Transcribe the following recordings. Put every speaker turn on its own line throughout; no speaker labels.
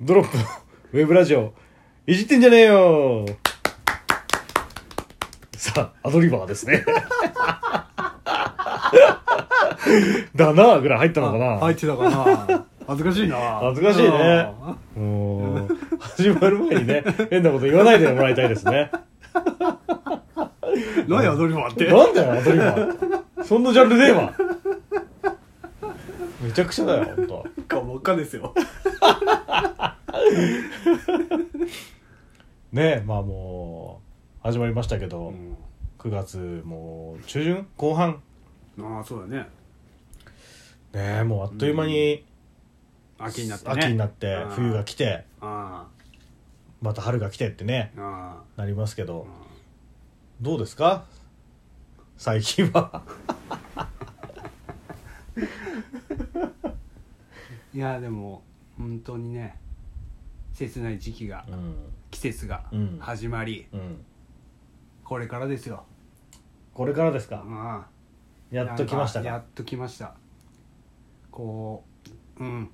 ドロップ ウェブラジオいじってんじゃねえよさあアドリバーですね だなあぐらい入ったのかな
入ってたかな恥ずかしいな
恥ずかしいねもう始まる前にね変なこと言わないでもらいたいですね
うん何やドリファーって
なんだよアドリバーそんなジャンルねえわめちゃくちゃだよ本当。
か真っ赤ですよ
ねえまあもう始まりましたけど、9月もう中旬後半
ああそうだね
ねえもうあっという間に
秋になってね
秋になって
あー
冬が来て
あ
また春が来てってね
ああ
なりますけど
あ
どうですか最近は
いやでも本当にね切ない時期が
うん
季節が
うん
始まり、
うん
これからですよ
これからですか
ああ
やっと来ました
なん
か
やっと来ましたこううん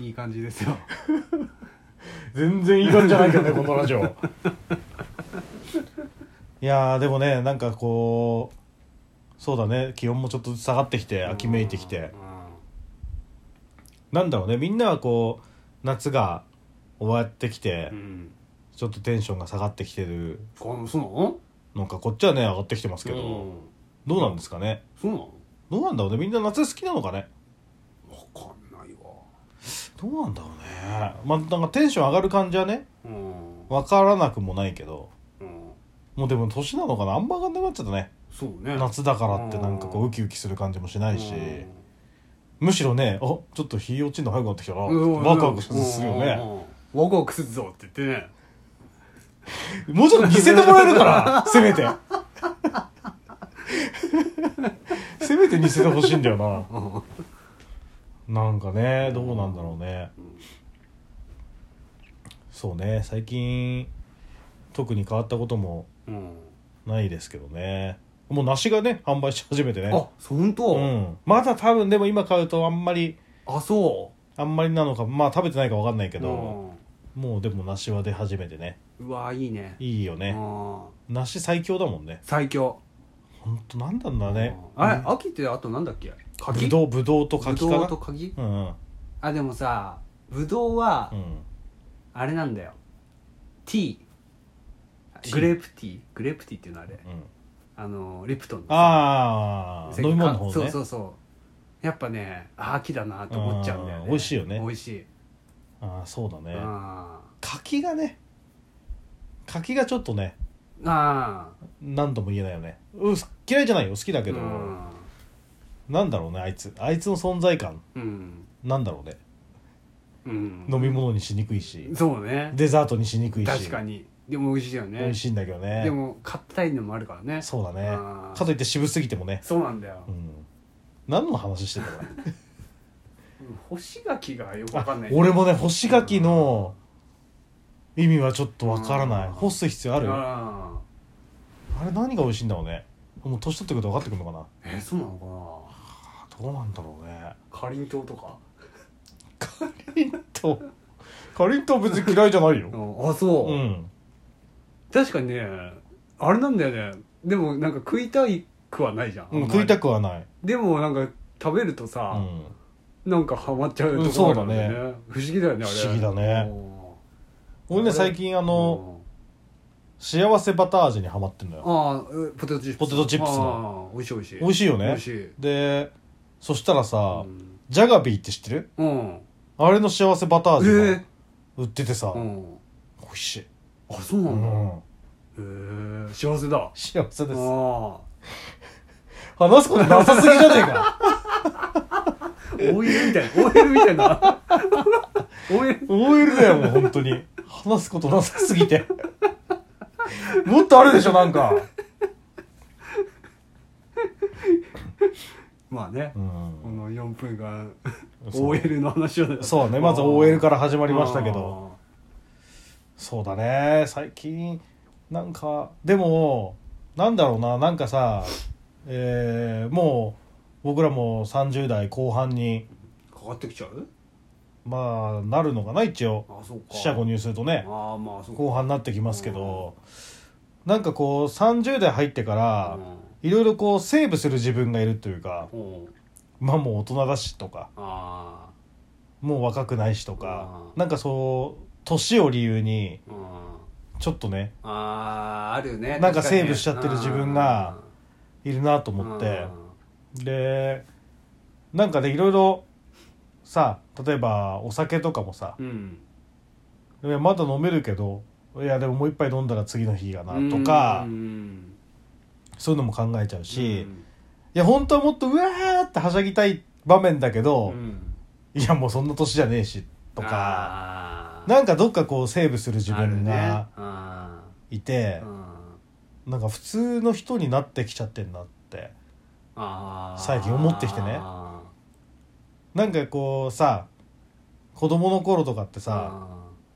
いい感じですよ
全然いい感じじゃないけど ねこのラジオいやーでもねなんかこうそうだね気温もちょっとずつ下がってきて秋めいてきてなんだろうねみんなはこう夏が終わってきて
うん、うん
ちょっとテンションが下がってきてる
うん、あそうなの
のかこっちはね上がってきてますけど、
うん
どうなんですかね
そうなの
どうなんだろうねみんな夏好きなのかね
わかんないわ
どうなんだろうねまあなんかテンション上がる感じはね
うん、
分からなくもないけど
うん、
もうでも年なのかなあんま上がんなくなっちゃったね
そうね
夏だからってなんかこうウキウキする感じもしないしむしろねあちょっと日落ちるの早くなってきたな
うん
ワクワクするよね
うんワクワクするぞって言ってね
もうちょっと見せてもらえるからせめてせめて似せてほしいんだよななんかねどうなんだろうね、そうね最近特に変わったことも
うん
ないですけどねもう梨がね販売し始めてね
あそう本当、
うんまだ多分でも今買うとあんまり
あそ
あんまりなのかまあ食べてないか分かんないけ
う
ど、もうでも梨は出始めてね
うんうわいいね
いいよね、
うん
梨最強だもんね
最強
ほんとなんなんだね
うんあれ
うん
秋ってあとなんだっけ柿
ぶどうぶどうと
ぶ
柿か
どう
な
と柿
うんうん
あでもさぶどうは
うん
あれなんだよティ
ティ
ー
ー
グレープティーグレープティーっていうのあれ
うん
あのリプトンのさ
ああ飲み物の方ね
そうそうそうやっぱねあ秋だなと思っちゃうんだ
う
よね
ん美味しいよね
美味しい、
ああそうだね
あ
柿がね柿がちょっとね
ーあ
何度も言えないよねうん嫌いじゃないよ好きだけど、
うん
なんだろうねあいつあいつの存在感
うん、
なんだろうね
うん、
飲み物にしにくいし
そうね
デザートにしにくいし
確かにでも美味しいよね
美味しいんだけどね
でも硬いのもあるからね
そうだね
あー
かといって渋すぎてもね
そうなんだよ、
うん何の話してたか
干し柿がよくわかんない
俺もね干し柿の意味はちょっとわからない
うん
干す必要あ
あ
るあ
あ
れ何が美味しいんだろうねもう年取ってくると分かってくるのかな
えそうなの
あどうなんだろうね
かなかりんとうとか
かりんとうかりんとう別に嫌いじゃないよ
あそう、
うん
確かにねあれなんだよねでもなんか食いたいくはないじゃん、
うん食いたくはない
でもなんか食べると
う
さ、
ん
なんかハマっちゃうところなんだよね不思議だよねあれ
不思議だね俺ね最近あ
あ
の幸せバター味にハマってんのよ
あーえポテトチップス
ポテトチップス
ああ美味しい美味しい
美味
し
しいよ
い美
ね
味しい
でそしたらさ
うん
ジャガビーって知ってる
うん
あれの幸せバター
え
味が
え
売っててさ
うん
美味しい
あそう
う
なんだ
ん
へえ幸せだあ
幸せです
あ
話すことなさすぎじゃねえか
OL みたいな OL みたいな OL
OL だよもう本当に話すことなさすぎてもっとあるでしょなんか
まあね
う
こ
ん
の4分間
そう
OL の話をね
そうねまず OL
が
から始まりましたけどそうだね最近なんかでもなんだろうななんかさえーもう僕らも30代後半に
かかってきちゃう
まあなるのかな一応
あそうか
四捨五入するとね
ああまあそうか
後半になってきますけど、なんかこう30代入ってから、いろいろこうセーブする自分がいるというか
うんうん
まあもう大人だしとか
あ
もう若くないしとか、
うん
なんかそう年を理由に
ーうん
ちょっとね
あーあるよね
なんか
確にね
セーブしちゃってる自分がいるなと思って、でなんかねいろいろさ例えばお酒とかもさ
うんうん
いやまだ飲めるけどいやでももう一杯飲んだら次の日が
うん
なとか、
うん
そういうのも考えちゃうし、
う
い
ん
や本当はもっとうわーってはしゃぎたい場面だけど
う、ん
いやもうそんな年じゃねえしとか
あー
なんかどっかこうセーブする自分が
あ
い
る
て、
ねうん
なんか普通の人になってきちゃってんなって
あー
最近思ってきてねなんかこうさ子供の頃とかってさ、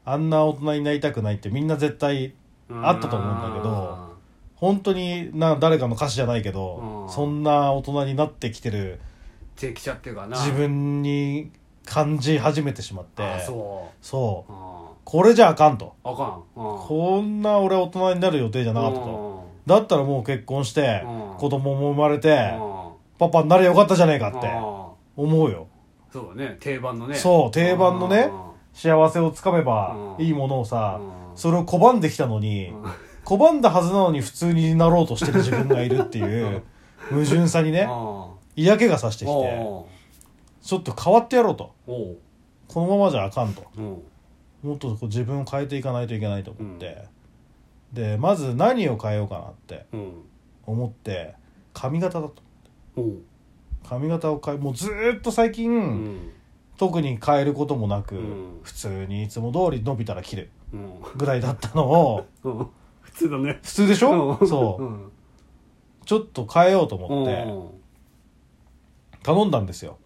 あんな大人になりたくないってみんな絶対
うん
あったと思うんだけど本当にな誰かの歌詞じゃないけど、
うん
そんな大人になってきてる
できちゃってるかな
自分に感じ始めてしまって
あそ
そう
うあ
これじゃあかんと
あかんうん
こんな俺は大人になる予定じゃなかったとだったらもう結婚して
うん
子供も生まれ
うん
て
うん
パパになれよかったじゃねえかって
うん
思うよ
そうだね定番のね
そう定番のね幸せをつかめば
うん
いいものを
あ
さそれを拒んできたのに拒んだはずなのに普通になろうとしてる自分がいるっていう矛盾さにね
お
嫌気がさしてきて
お
ちょっと変わってやろうと
うおう
このままじゃあかんと
うん
もっとこう自分を変えていかないといけないと思って、でまず何を変えようかなって
うん
思って髪型だと
おう
髪型を変えもうずーっと最近、
うん
特に変えることもなく、
うん
普通にいつも通り伸びたら切る
うん
ぐらいだったの を
うん普通だね
普通でしょ
うん
そう
うん
ちょっと変えようと思って
うん
頼んだんですよ、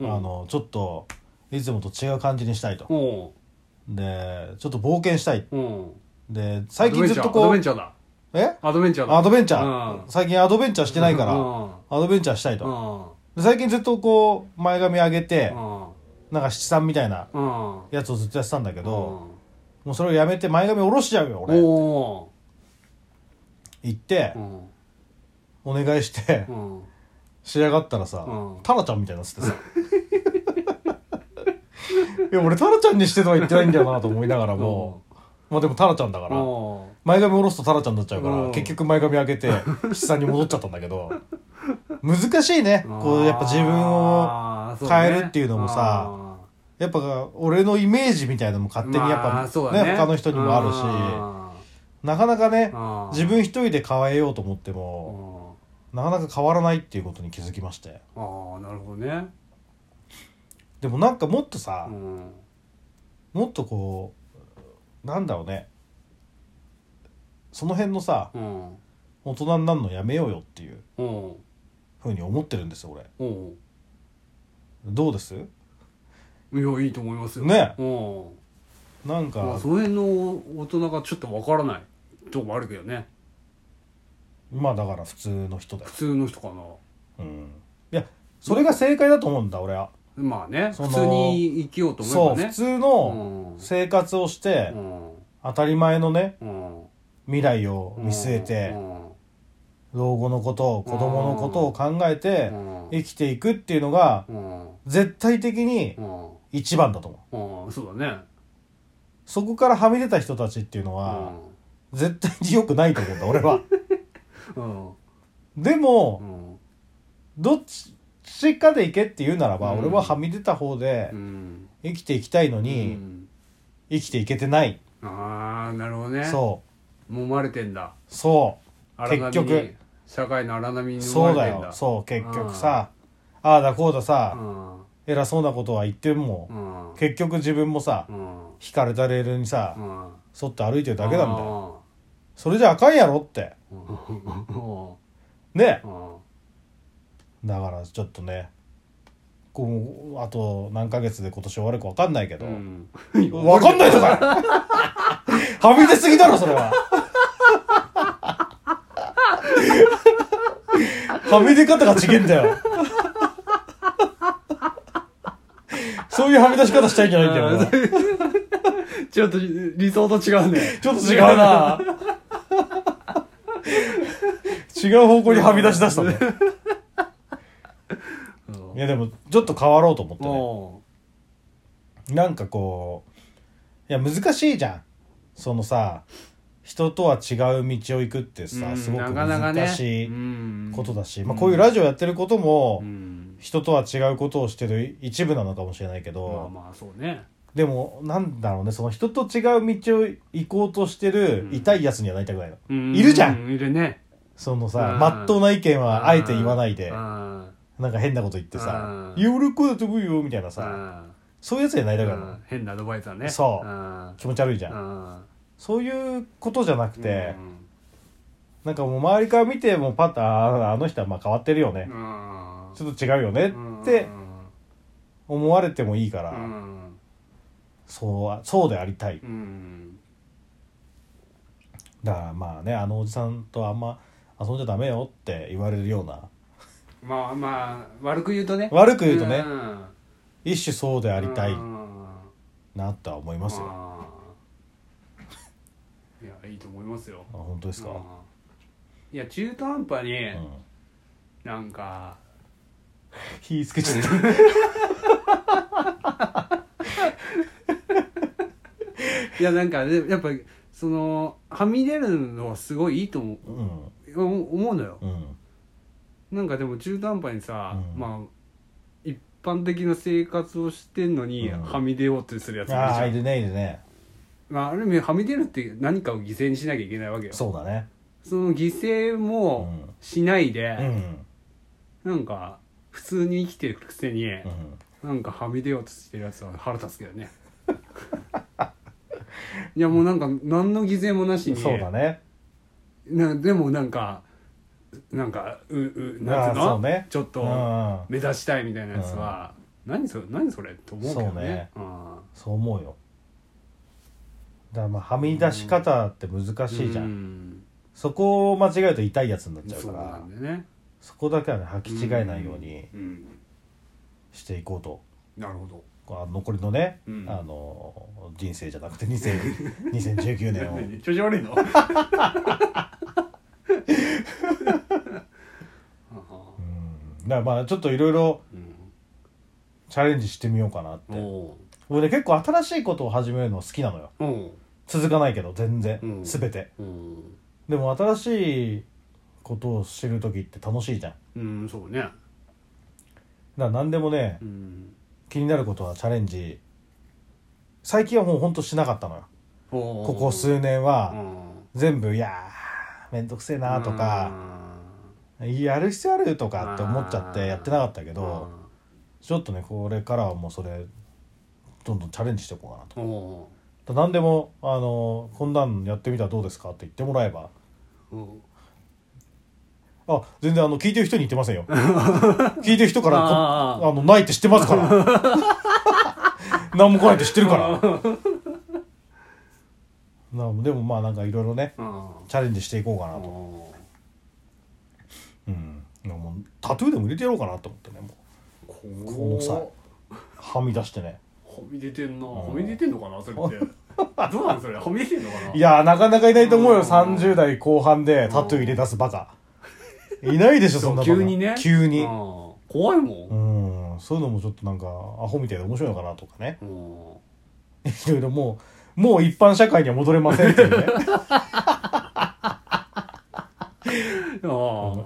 うん
あのちょっといつもと違う感じにしたいと
うん
でちょっと冒険したい
うん
で最近ずっとこ
アドベン
う
チャーだ
え
アドベンチャーだ
アドベンチャ
う
ー
ん
最近アドベンチャーしてないから、
うん
アドベンチャーしたいと、
うん
で最近ずっとこう前髪上げて、
う
なんか七三みたいなん
うん
やつをずっとやってたんだけど、
うん
もうそれをやめて前髪下ろしちゃうよ俺
お
行って
ーうん
お願いして
うん
仕上がったらさ、
うん
タラちゃんみたいになっててさ いや俺タラちゃんにしてとは言ってないんだよなと思いながらも、まあでもタラちゃんだから、
うん
前髪下ろすとタラちゃんになっちゃうから、
うん
結局前髪上げて七三に戻っちゃったんだけど難しいねこうやっぱ自分を
を
変えるっていうのもさやっぱ俺のイメージみたいなのも勝手にやっぱ、ね他の人にもあるしなかなかね自分一人で変えようと思っても、
も
なかなか変わらないっていうことに気づきまして
あーあーなるほどね
でもなんかもっとさ、
うん
もっとこうなんだろうねその辺のさ
うん
大人になるのやめようよっていう
うん
ふうに思ってるんですよ俺
うん
どうです
いやいいと思いますよ
ね
うん
なん
まあ
か
その辺の大人がちょっとわからないとこもあるけどね
まあだから普通の人だよ
普、通の人かな
うん、いやそれが正解だと思うんだ俺は
まあね
そ
普
の
通に生きようと思
そ
え
う
ばね
普通
う
の
ん
生活をして
うん
当たり前のね
うん
未来を見据えて
うん
老後のことを子供のことを考えて
うん
生きていくっていうのが
うん
絶対的に
うん
一番だと思う
うんそうだね
そこからはみ出た人たちっていうのは、絶対に良くないと思うんだ俺 は
うん
で
う
も
ん
どっちかで行けって言うならば、
うん
俺ははみ出た方で
うん
生きていきたいのに、
うん
生きていけてない、
ああなるほどね
そう
う揉まれてんだ
そう
荒波に
結局
社会の荒波に揉
そう
ま
だ
れてん
よ
だ
そう結局さ、ああだこうだ
う
さ、
ん
偉そうなことは言っても
う、ん
結局自分もさ、
うん
引かれたレールにさ、
うん
沿って歩いてるだけなんだよ
よ
それじゃあかんやろってねだからちょっとねこうあと何ヶ月で今年終わるか分かんないけど、わかんないのかよはみ出すぎだろ、それは。はみ出方が違えんだよ。そうそういうはみ出し方したいんじゃないんだよ俺は
ちょっと理想と違うね。
ちょっと違うな違う方向にはみ出し出したんだよ
うん
いやでもちょっと変わろうと思ってね
も
なんかこういや難しいじゃんそのさ人とは違う道を行くって
う、う
さ
ん
すごく
なかなかね
難しいことだし、まあ、こういう
ラ
ラジオやってることも
うん、
人とは違うことをしてる一部なのかもしれないけ
まあ
ど、
まあそうね。
でもなんだろうねその人と違う道を行こうとしてる
うん
痛いやつにはなりたくないの、
い
いるじゃん
いるね。
そのさ
うん
まっとうな意見はあえて言わないで
あ
なんか変なこと言ってさ
うん
「いや俺こうだと思うよ」みたいな
ーあ
さそういうやつになり
ー
たくない
う
の
ん変なアドバイスだね。
そう
あ
気持ち悪いじゃ
ー
ん
あ
そういうことじゃなく
ー
てなんかもう周りから見てもパッと「あーあの人はまあ変わってるよね
うんうん
ちょっと違うよね」って思われてもいいか
う
ら
ん
そうはそうでありたい
うん
だからまあねあのおじさんとあんま遊んじゃダメよって言われるような
まあまあ悪く言うとね
悪く言うとね
ん
一種そうでありたい
うん
なとは思いますよあ
あーいやいいと思いますよ
本当ですか
うんいや中途半端に、
うん
なんか
火つけちゃ った
いやなんかねやっぱそのはみ出るのはすごいいいと思う
うん
思思うのよ
うん
なんかでも中途半端にさ、
うん
まあ一般的な生活をしてんのに、
うん
はみ出ようとするやついるじ
ああ
ゃ
い
ん
るねいるね
まあ、ある意味はみ出るって何かを犠牲にしなきゃいけないわけよ
そ
そ
うだね
の犠牲
う
も
ん
しない
うん
で、なんか普通に生きてるくせに、
うん
なんかはみ出ようとしてるやつは腹立つけど ねいやもうなんか何の犠牲もなしに
そうだね
なでもなんかなんかううなんつ
あ
う
ーそ
の
うね
ちょっ
う
と
ん
目指したいみたいなやつは、何それ何それって思うけど
そう
ね
ね
うん
そう思うよだからまあはみ出し方って難しいじゃ
うんん
そこを間違えると痛いやつになっちゃう
そう
か
な
ら
んだよね
そこだけはね履き違えないように
んん
していこうと
なるほど
あ残りのね、
うん
あの人生じゃなくて2000 2019年を
調子悪いの
うんだからまあちょっといろいろチャレンジしてみようかなって
お
俺ね結構新しいことを始めるの好きなのよ
おお
続かないけど全然、
うん
全て
うん
でも新しいことを知る時って楽しいじゃんだか
うんそうね
ら何でもね
うん
気になることはチャレンジ最近はもうほんとしなかったのよこ
こ
こ数年は
う
全部いやーめんどくせえなとか、やる必要あるとかって思っちゃってやってなかったけ
け
どちょっとねこれからはもうそれどんどんチャレンジしていこうかなと
おお
だ何でもあのこんなんやってみたらどうですかって言ってもらえば
うん
あ全然あの聞いてる人に言ってませんよ聞いてる人からこ
あ
あ
ー
のないって知ってますから何も来ないって知ってるからなでもまあなんかいろいろね
うん
チャレンジしていこうかなと、
お
うん、でももうタトゥーでも入れてやろうかなと思ってねも
ー
うこの際はみ出してね
はみ出てんな
うん
はみ出てんのかなそれってどうなんそれはみ出てんのかない
やーなかなかいないと思う
うん
よ30代後半でタトゥー入れ出すバカいないでしょそんなバカ
急にね
急
う
に
ん怖い
うん
も
そういうのもちょっとなんかアホみたいで面白いのかなとかね
んうん
いろいろもう、もう一般社会には戻れませんっていうね。
あ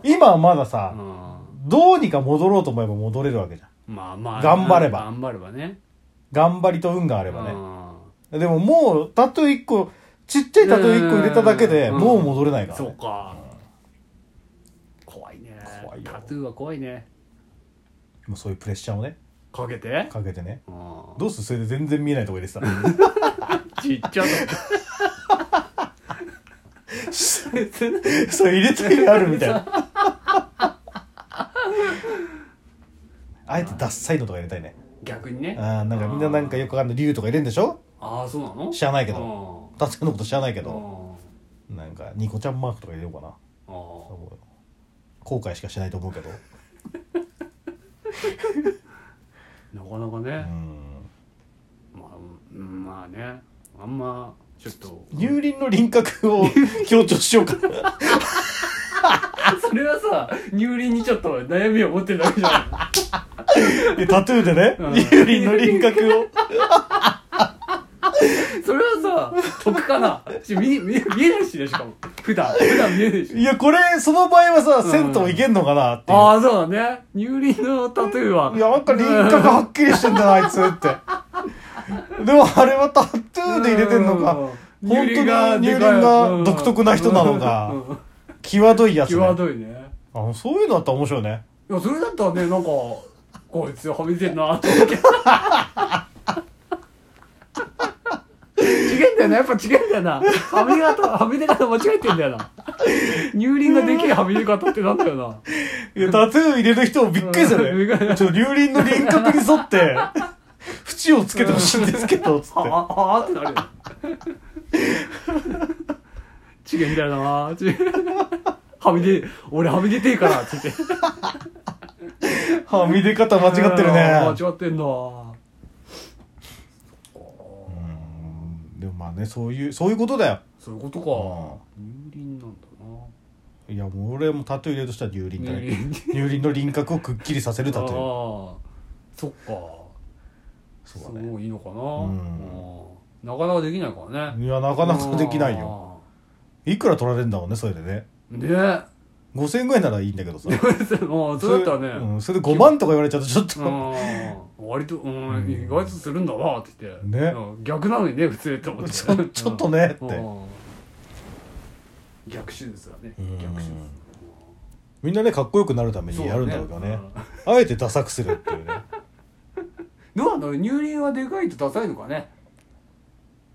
今はまだ
あ
さ、どうにか戻ろうと思えば戻れるわけじゃん。
まあまあ
頑張れば
頑張ればね
頑張りと運があ
あ
ればね。でももう、タトゥー一個、ちっちゃいタトゥー一個入れただけで、
うん
もう戻れないから
そ
ね、
うか怖いね
怖いよ
タトゥーは怖いね
もうそういうプレッシャーをね、
かけて
かけてね。
うん
どうするそれで全然見えないとこ入れてた。
ちっちゃな 別に
それ入れた意味あるみたいな。あえてダッサいのとか入れたいね。
逆にね
あーなんかみんななんかよくわかんない竜とか入れんでしょ
ああそうなの
知らないけど。
ど
タトゥーのこと知らないけ
け
ど。なんかニコちゃんマークとか入れようかな
あ
思うよ後悔しかしないと思うけど
あなかなか
う
ね
ん
まあねあんまちょっと
乳輪の輪郭を強調しよう か
それはさ乳輪にちょっと悩みを持ってるだけじゃ
えタトゥーでね
うん
乳輪の輪郭を
ない それ はさ得かなし見見見えないしねしかも普段普段見えないし
いやこれその場合はさ
うん
銭湯行けんのかなっていう
ああそうだね乳輪のタトゥーはい
やなんか輪郭はっきりしてんだなあいつ ってでもあれはタトゥーで入れてんのか
うん
本当に
乳輪がでかい
乳輪が独特な人なのか
うんうん
際どいやつ、ね、
際どいね
あそういうのあったら面白いね
いやそれだったらねなんかこいつはみ出てんなって思 うけど違うんだよなやっぱ違うんだよなはみ出方はみ出方間違えてんだ よな乳輪ができるはみ出方ってなんだよない
やタトゥー入れる人もびっくりする
うんびっく
ね
り
ちょっと竜輪の輪郭に沿 って縁をつけてほしいんですけどつって
はあはあってなるよ違うんだよな違うはみ出俺はみ出てえからって言って
はみ出方間違ってる
間
ね
違ってんな
うんでもまあねそういうそういうことだよ
そういうことか乳輪なんだない
やもう俺もタトゥー入れるとしたら乳輪だ
乳
ね
輪
乳輪の輪郭をくっきりさせるタトゥー
ああそっか
そうだ
す
ね
ごいいいのかな、
う
うんなかなかできないからね
いやなかなかできないよいくら取られるんだもんねそれでね
うんね あ
5000円ぐらいならいいんだけどさ
あ それだったら
う
ね、
んそれで5万とか言われちゃうとちょっ
う
と
ん、割と、うん
うん
意外とするんだなって言って、
ね
うん逆なのにね普通って思って
ちょちょっとねって
うん逆手術だね
うん
逆手術
みんなねかっこよくなるためにやるんだろうけどねあえてダサくするって いうね
どうなんだろう乳輪はでかいとダサいのかね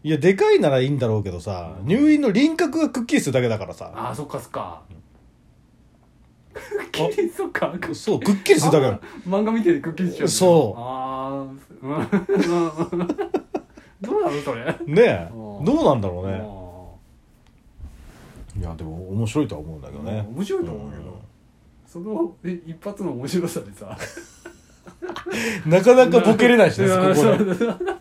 いやでかいならいいんだろうけどさ入院の輪郭がくっきりするだけだからさ
ああそっかそっか くっきりそっか
そうくっきりするだけだ
漫画見ててくっきりしちゃう
そう
ああうん うんどうなのそれ
ねえ
うん
どうなんだろう
あ
ねいやでも面白いとは思うんだけど
ー
ね
面白いと思うけどそのえ一発の面白さでさ
うんなかなかボケれないしね
う
そ
ん
こで
そう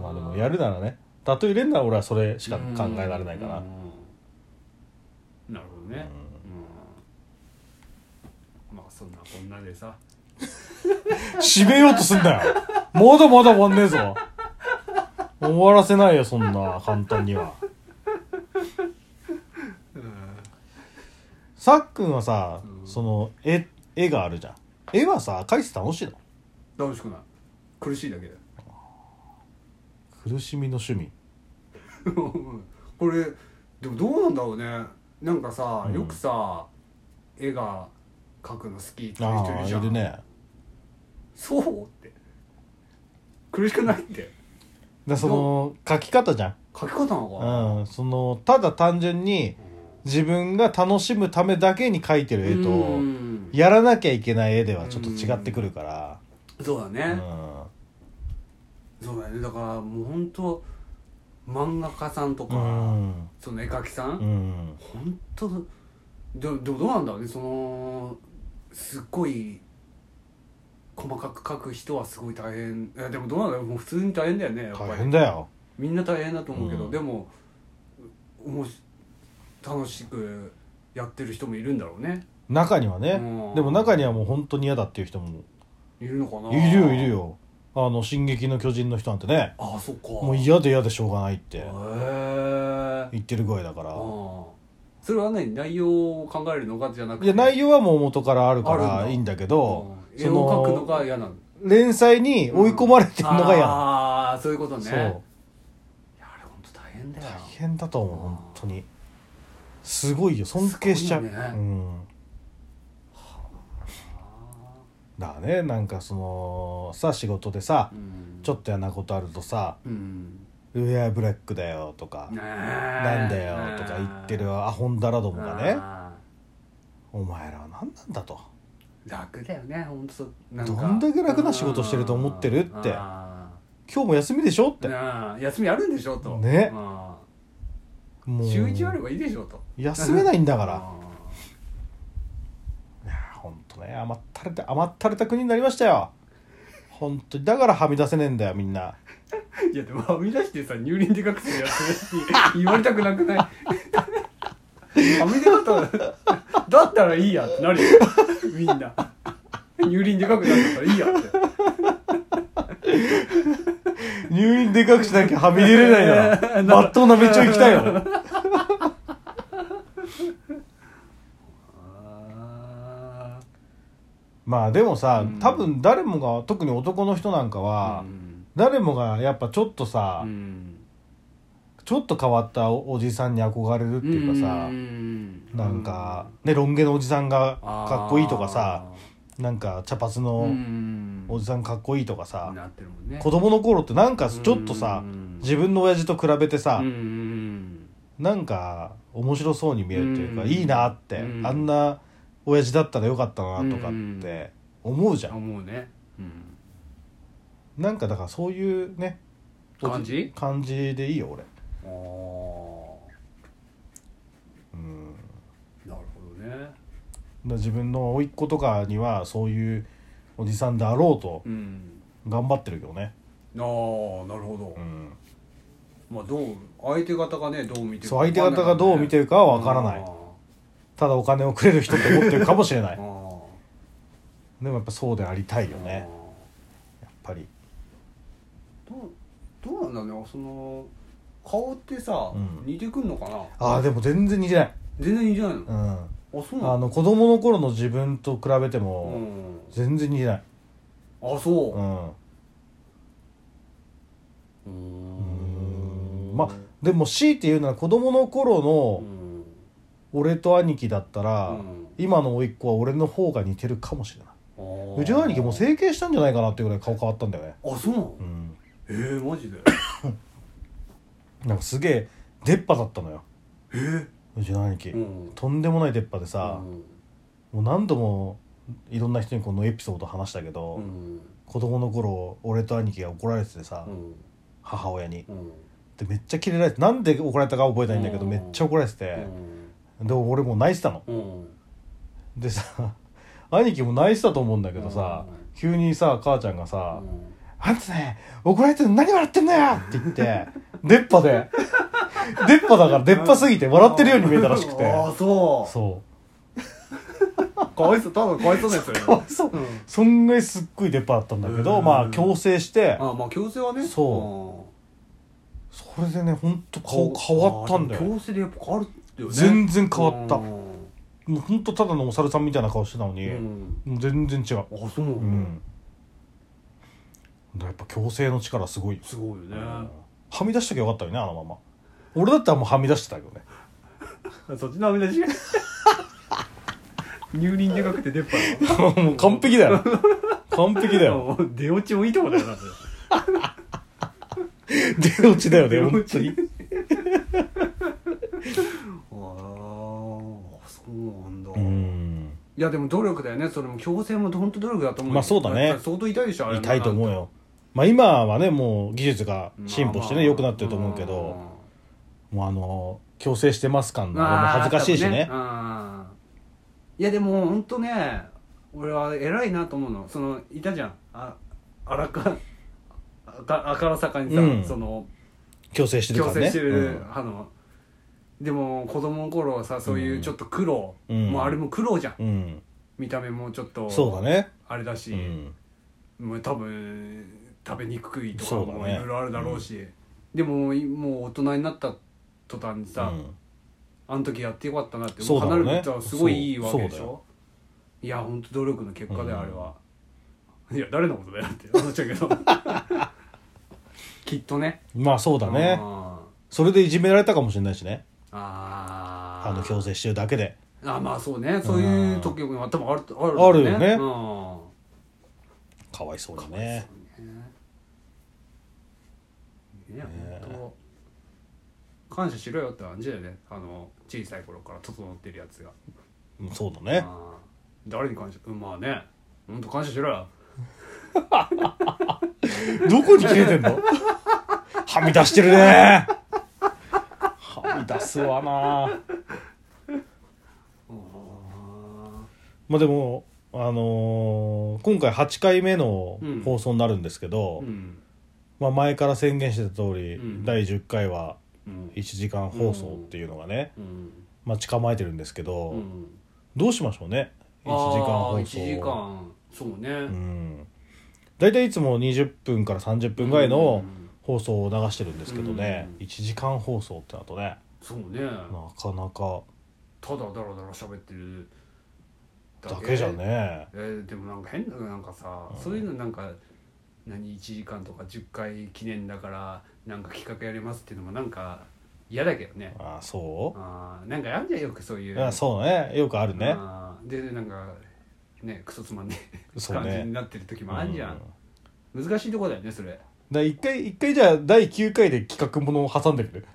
まあでもやるならねタトゥー入れんなら俺はそれしか考えられないか
う
なん
なるほどねうんまあそんなこんなでさ
締めようとすんなよまだまだ終わんねえぞ終わらせないよそんな簡単にはさっくんはさ
うん
その絵絵があるじゃん絵はさ描いて楽しいの
楽しくない苦しいだけだよ
苦しみの趣味
うん これでもどうなんだろうねなんかさ、
うん
よくさ絵が描くの好きっていう
あ
人いる
あい
じゃん
るねだか
そうって苦しくないって
らその描き方じゃ
描き方なのかな、
ん、うん、そのただ単純に自分が楽しむためだけに描いてる絵と
うん
やらなきゃいけない絵ではちょっと違ってくるから
そうだ
う
ね、
ん
そうだねだからもう本当漫画家さんとか、
うん
その絵描きさん、
うん
本当でもでもどうなんだろうねそのすっごい細かく描く人はすごい大変いやでもどうなんだろうもう普通に大変だよねやっぱり
大変だよ
みんな大変だと思うけど、
うん
でもおもし楽しくやってる人もいるんだろうね
中にはね
うん
でも中にはもう本当に嫌だっていう人も
いるのかない
るよいるよあの「進撃の巨人」の人なんてね
ああそっか
もう
へ
嫌で嫌でしょうがないって
え
言ってるぐらいだから
それはね内容を考えるのかじゃなくて
いや内容はもう元からあるか
あるん
ら
だ
いいんだけ
容
ど
絵を描くのが嫌なの
連載に追い込まれてるのが嫌な
ああそういうこと
の
ねいや
そう
あれ本当大変だよ
大変だと思う本当にすごいよ尊敬しちゃう、
すごいよね
うんだからねなんかそのさ仕事でさちょ
っ
っと嫌なことあるとさ
とうん
「ウェアブラックだよ」とか「な
なん
だよ」とか言ってるアホンダラどもがね「お前らは何なんだ」と
楽だよね本当な
どんだけ楽な仕事してると思ってるって
あ
「今日も休みでしょ」っ
ー
て
なあ休みあるんでしょと
ね
あ
も
ー
う
週一あればいいでしょと
休めないんだか
だ
らいや本当ね甘ったれた甘ったれた国になりましたよ本当にだからはみ出せねえんだよみんない
やでもはみ出してさ乳輪でかくするやつに言われたくなくないはみ出方だったらいいやってなるよみんな乳輪でかくなったらいいやって
入院でかくしなきゃはみ出れないなら まっとうな道を行きたいよ
あ
まあでもさ、
うん
多分誰もが特に男の人なんか
あ
は、
うん
誰もがやっぱちょっとさ、
うん
ちょっと変わったおおじさんに憧れるっていうかさ、
ん
なんか、ねロン毛のおじさんがかっこいいとかさなんか茶髪
う
の
ん
おじさんかっこいいとかさ、
なってるもんね
子供の頃ってなんかちょっとさ、
うん
自分の親父と比べてさ、
うん
なんか面白そうに見えるというか、
うん
いいなって、
うん
あんな親父だったらよかったなとかって思うじゃん、
思うねうん
なんかだからそういうね
感じ
感じでいいよ俺
ああ
うん
なるほどね
だから自分の甥っ子とかにはそういうおじさんであろうと
うん
頑張ってるけどね、
ああなるほど
うん、
まあどう相手方がねどう見てる
そう相手方がどう見てるかは分からない
あ
ただお金をくれる人って思ってるかもしれな
あ
い
あ
でもやっぱそうでありたい
あ
よねやっぱり
どうどうなんだろうねその顔ってさ
うん
似てくんのかな
ああでも全然似てない、
全然似てないの
うん、あ
あそうなの
の子供の頃の自分と比べて
う
も
ん
全然似てない、
あそう
うん、
うー
うん
ん
まあでも強いて言うなら子供の頃
う
の
ん
俺と兄貴だったら、
うん
今の甥っ子は俺の方が似てるかもしれない
あー
うちの兄貴もう整形したんじゃないかなっていうぐらい顔変わったんだよね
あそうなの
うん
えー、マジで
なんかすげえ出っ歯だったのよ
えー、
うちの兄貴、
うん
とんでもない出っ歯でさ
う、ん
もう何度もいろんな人にこのエピソード話したけど、
うん
子供の頃俺と兄貴が怒られててさ、
うん
母親に
うん
でめっちゃキレられてなんで怒られたか覚えてないんだけど、
うん
めっちゃ怒られてて、で俺もう泣いてたの
うん
でさ 兄貴も泣いてたと思うんだけどさ、
うん
急にさ母ちゃんが
う
さ「
ん
あんたね怒られてるの何笑ってんだよ!」って言って出っ歯で 出っ歯だから出っ歯すぎて笑ってるように見えたらしくて
ああそう
そ
かわいそうただかわいそうなやつだ
うかわ
よ
い そう
うん
そんぐらいすっごい出っ歯だったんだけど、
うん
まあ矯正して
あまあ強制はね
そそれでねほんと
うん
顔変わったんだ
あーで
よ
も強制でやっぱ変わるよね
全然変わった
う
も
ん
うほんとただのお猿さんみたいな顔してたのに、
うん
もう全然違う
あそうなの
うんだからやっぱ矯正の力すごいよ
すごいよね
はみ出しときゃよかったよねあのまま俺だったらもうはみ出してたけどね
そっちの網出し乳輪でかくて出っ歯
もう完璧だ よ完璧だよ
もう出落ちもいいとこだよなそれ
出落ちだよね本当に
あーそうなんだ、
うん
いやでも努力だよねそれも強制も本当努力だと思うよ
まあそうだね
って相当痛いでしょあれ
痛いと思う
よ
よまあ今はねもう技術が進歩してね良くなってると思うけどもうあの矯正してます感のあれも恥ずかしいしね
いやでも本当ね俺は偉いなと思うのそのいたじゃんああらかあかあからさかにさ、
うん
その
矯正してるか
強
らね
制してる、あのでも子供の頃はさそういうちょっと苦労、
うん
もうあれも苦労じゃん
うんうん
見た目もちょっと
そうだね
あれだし、
うん
もう多分食べにくいとか
そうだ
もい
ね
ろいろあるだろうしでもいもう大人になった途端に
う
さ、
ん
あの時やってよかったなって
そうだろうね
離れたらすごいいいわけで
そう
し
そうだ
ょいや本当努力の結果
う
だよ
ん
あれは、いや誰のことだよって思っちゃう けどきっとね
まあそうだね
あー
それでいじめられたかもしれないしね
あー
あの矯正してるだけで
あまあそうねそういう時も多分あるある
あるよね
うん
かわいそうだね
ね本当感謝しろよって感じだよねあの小さい頃から整ってるやつが
うんそうだね
あー誰に感謝うんまあね本当感謝しろよ
どこに切れてん のはみ出してるねはみ出すわなまあでもあのー今回8回目の放送になるんですけど、
うん
まあ、前から宣言してた通り、
うん
第10回は
うん
1時間放送っていうのがね、
うん
待ち構えてるんですけど、
うん
どうしましょうね1時間
あ
放
ー
送
一時間そう
う
ね
ん大体いつも20分から30分ぐらいの
うん
放送を流してるんですけどね、
うん
1時間放送ってなるとね
そうね
なかなか
ただだらだら喋ってる
だけじゃね
えーでもなんか変ななんかさ、
うん
そういうのなんか何1時間とか10回記念だからなんか企画やりますっていうのもなんか嫌だけどね
あーそ
あーなんかやんじゃんよくそういうう
あそうねよくあるね
あーでなんかねクソつまんねえ
そうね
感じになってる時もあんじゃ、
うん
難しいとこだよ ねそれ
だ一回一回じゃあ第9回で企画ものを挟んでく る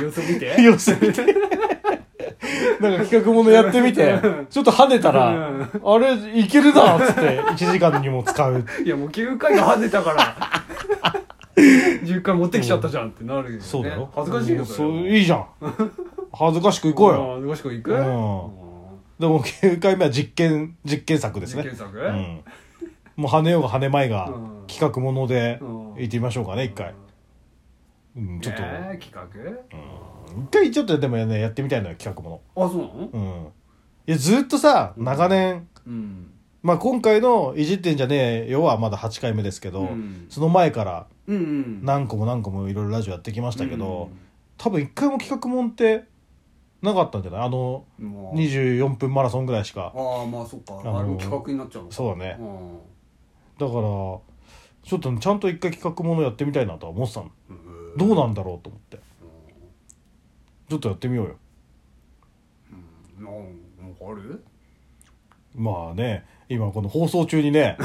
様子見て
様子見て なんか企画ものやってみて
うん
ちょっと跳ねたら、
うん
あれいけるなっつって1時間にも 使う
いやもう9回が跳ねたから 10回持ってきちゃったじゃんってなるよね
そうだよ
恥ずかしいよ
うん
それ
そういいじゃん恥ずかしくいこうよ
よしく行く
うん
うん
でも9回目は実験実験作です
実
ね
験作
うんもう跳ねようが跳ねまいが
うん
企画もので
うん
いってみましょうかね一回うんちょっと
ねえ企画
一回ちょっとでもねやってみたいのよ企画も
あそうなの
のうんいやずっとさ長年
うん
まあ今回の「いじってんじゃねえよ」はまだ8回目ですけど、
うん
その前から
うんうん
何個も何個もいろいろラジオやってきましたけど、
うん
多分一回も企画もんってなかったんじゃないあの
もう
24分マラソンぐらいしか
ああまあそっか
のー
あれも企画になっちゃうのか
そうだね
うん
だからちょっとちゃんと一回企画ものやってみたいなとは思ってたの
うん
どうなんだろうと思ってちょっとやってみようよ
うんなんかある
まあね今この放送中に ね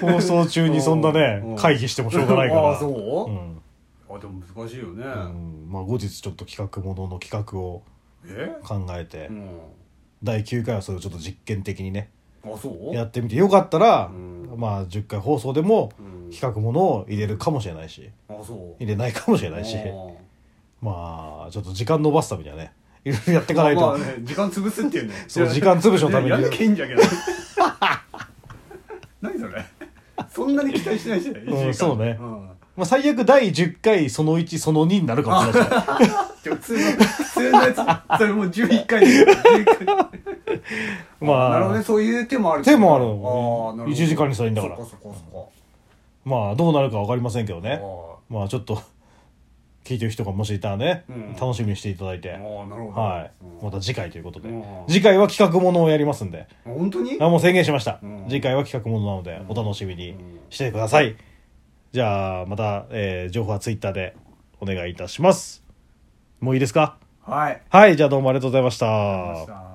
放送中にそんな
うん
ね会議してもしょうがないか
あ
ら
あそううんあでも難しいよね
うんまあ後日ちょっと企画ものの企画を
え
考えて、
うん
第9回はそれをちょっと実験的にね
あそう
やってみてよかったら、
うん
まあ10回放送でも
うん
企画ものを入れるかもしれないし
あそう
入れないかもしれないし
うん
まあちょっと時間延ばすためにはね いろいろやっていかないと、
まあまあね時間潰すっていうね
そう時間潰しのために
ややんなきゃいいんじゃけど何それそんなに期待してないしね、
ん
一時間
そうね
ん
まあ、最悪第10回その1その2になるかもし れないし
じゃあ普通の普通のやつそれもう11回で11回
まあ
なるほどねそういう手もある
手もある
ああ
の
なるほど
1時間にしたらいいんだから
そっかそっかそっか
まあどうなるか分かりませんけどね
あ
まあちょっと聞いてる人がもしいたらね、
うん
楽しみにしていただいて
ああ、あなるほど
はい、
う
ま
ん
た次回ということで、
うん
次回は企画ものをやりますんで
本当に
あもう宣言しました、
うん
次回は企画ものなのでお楽しみに
うん
してください、じゃあまた、えー情報はツイッターでお願いいたしますもういいですか
はい
はいじゃあどうもありがとうございました
ありがとうございました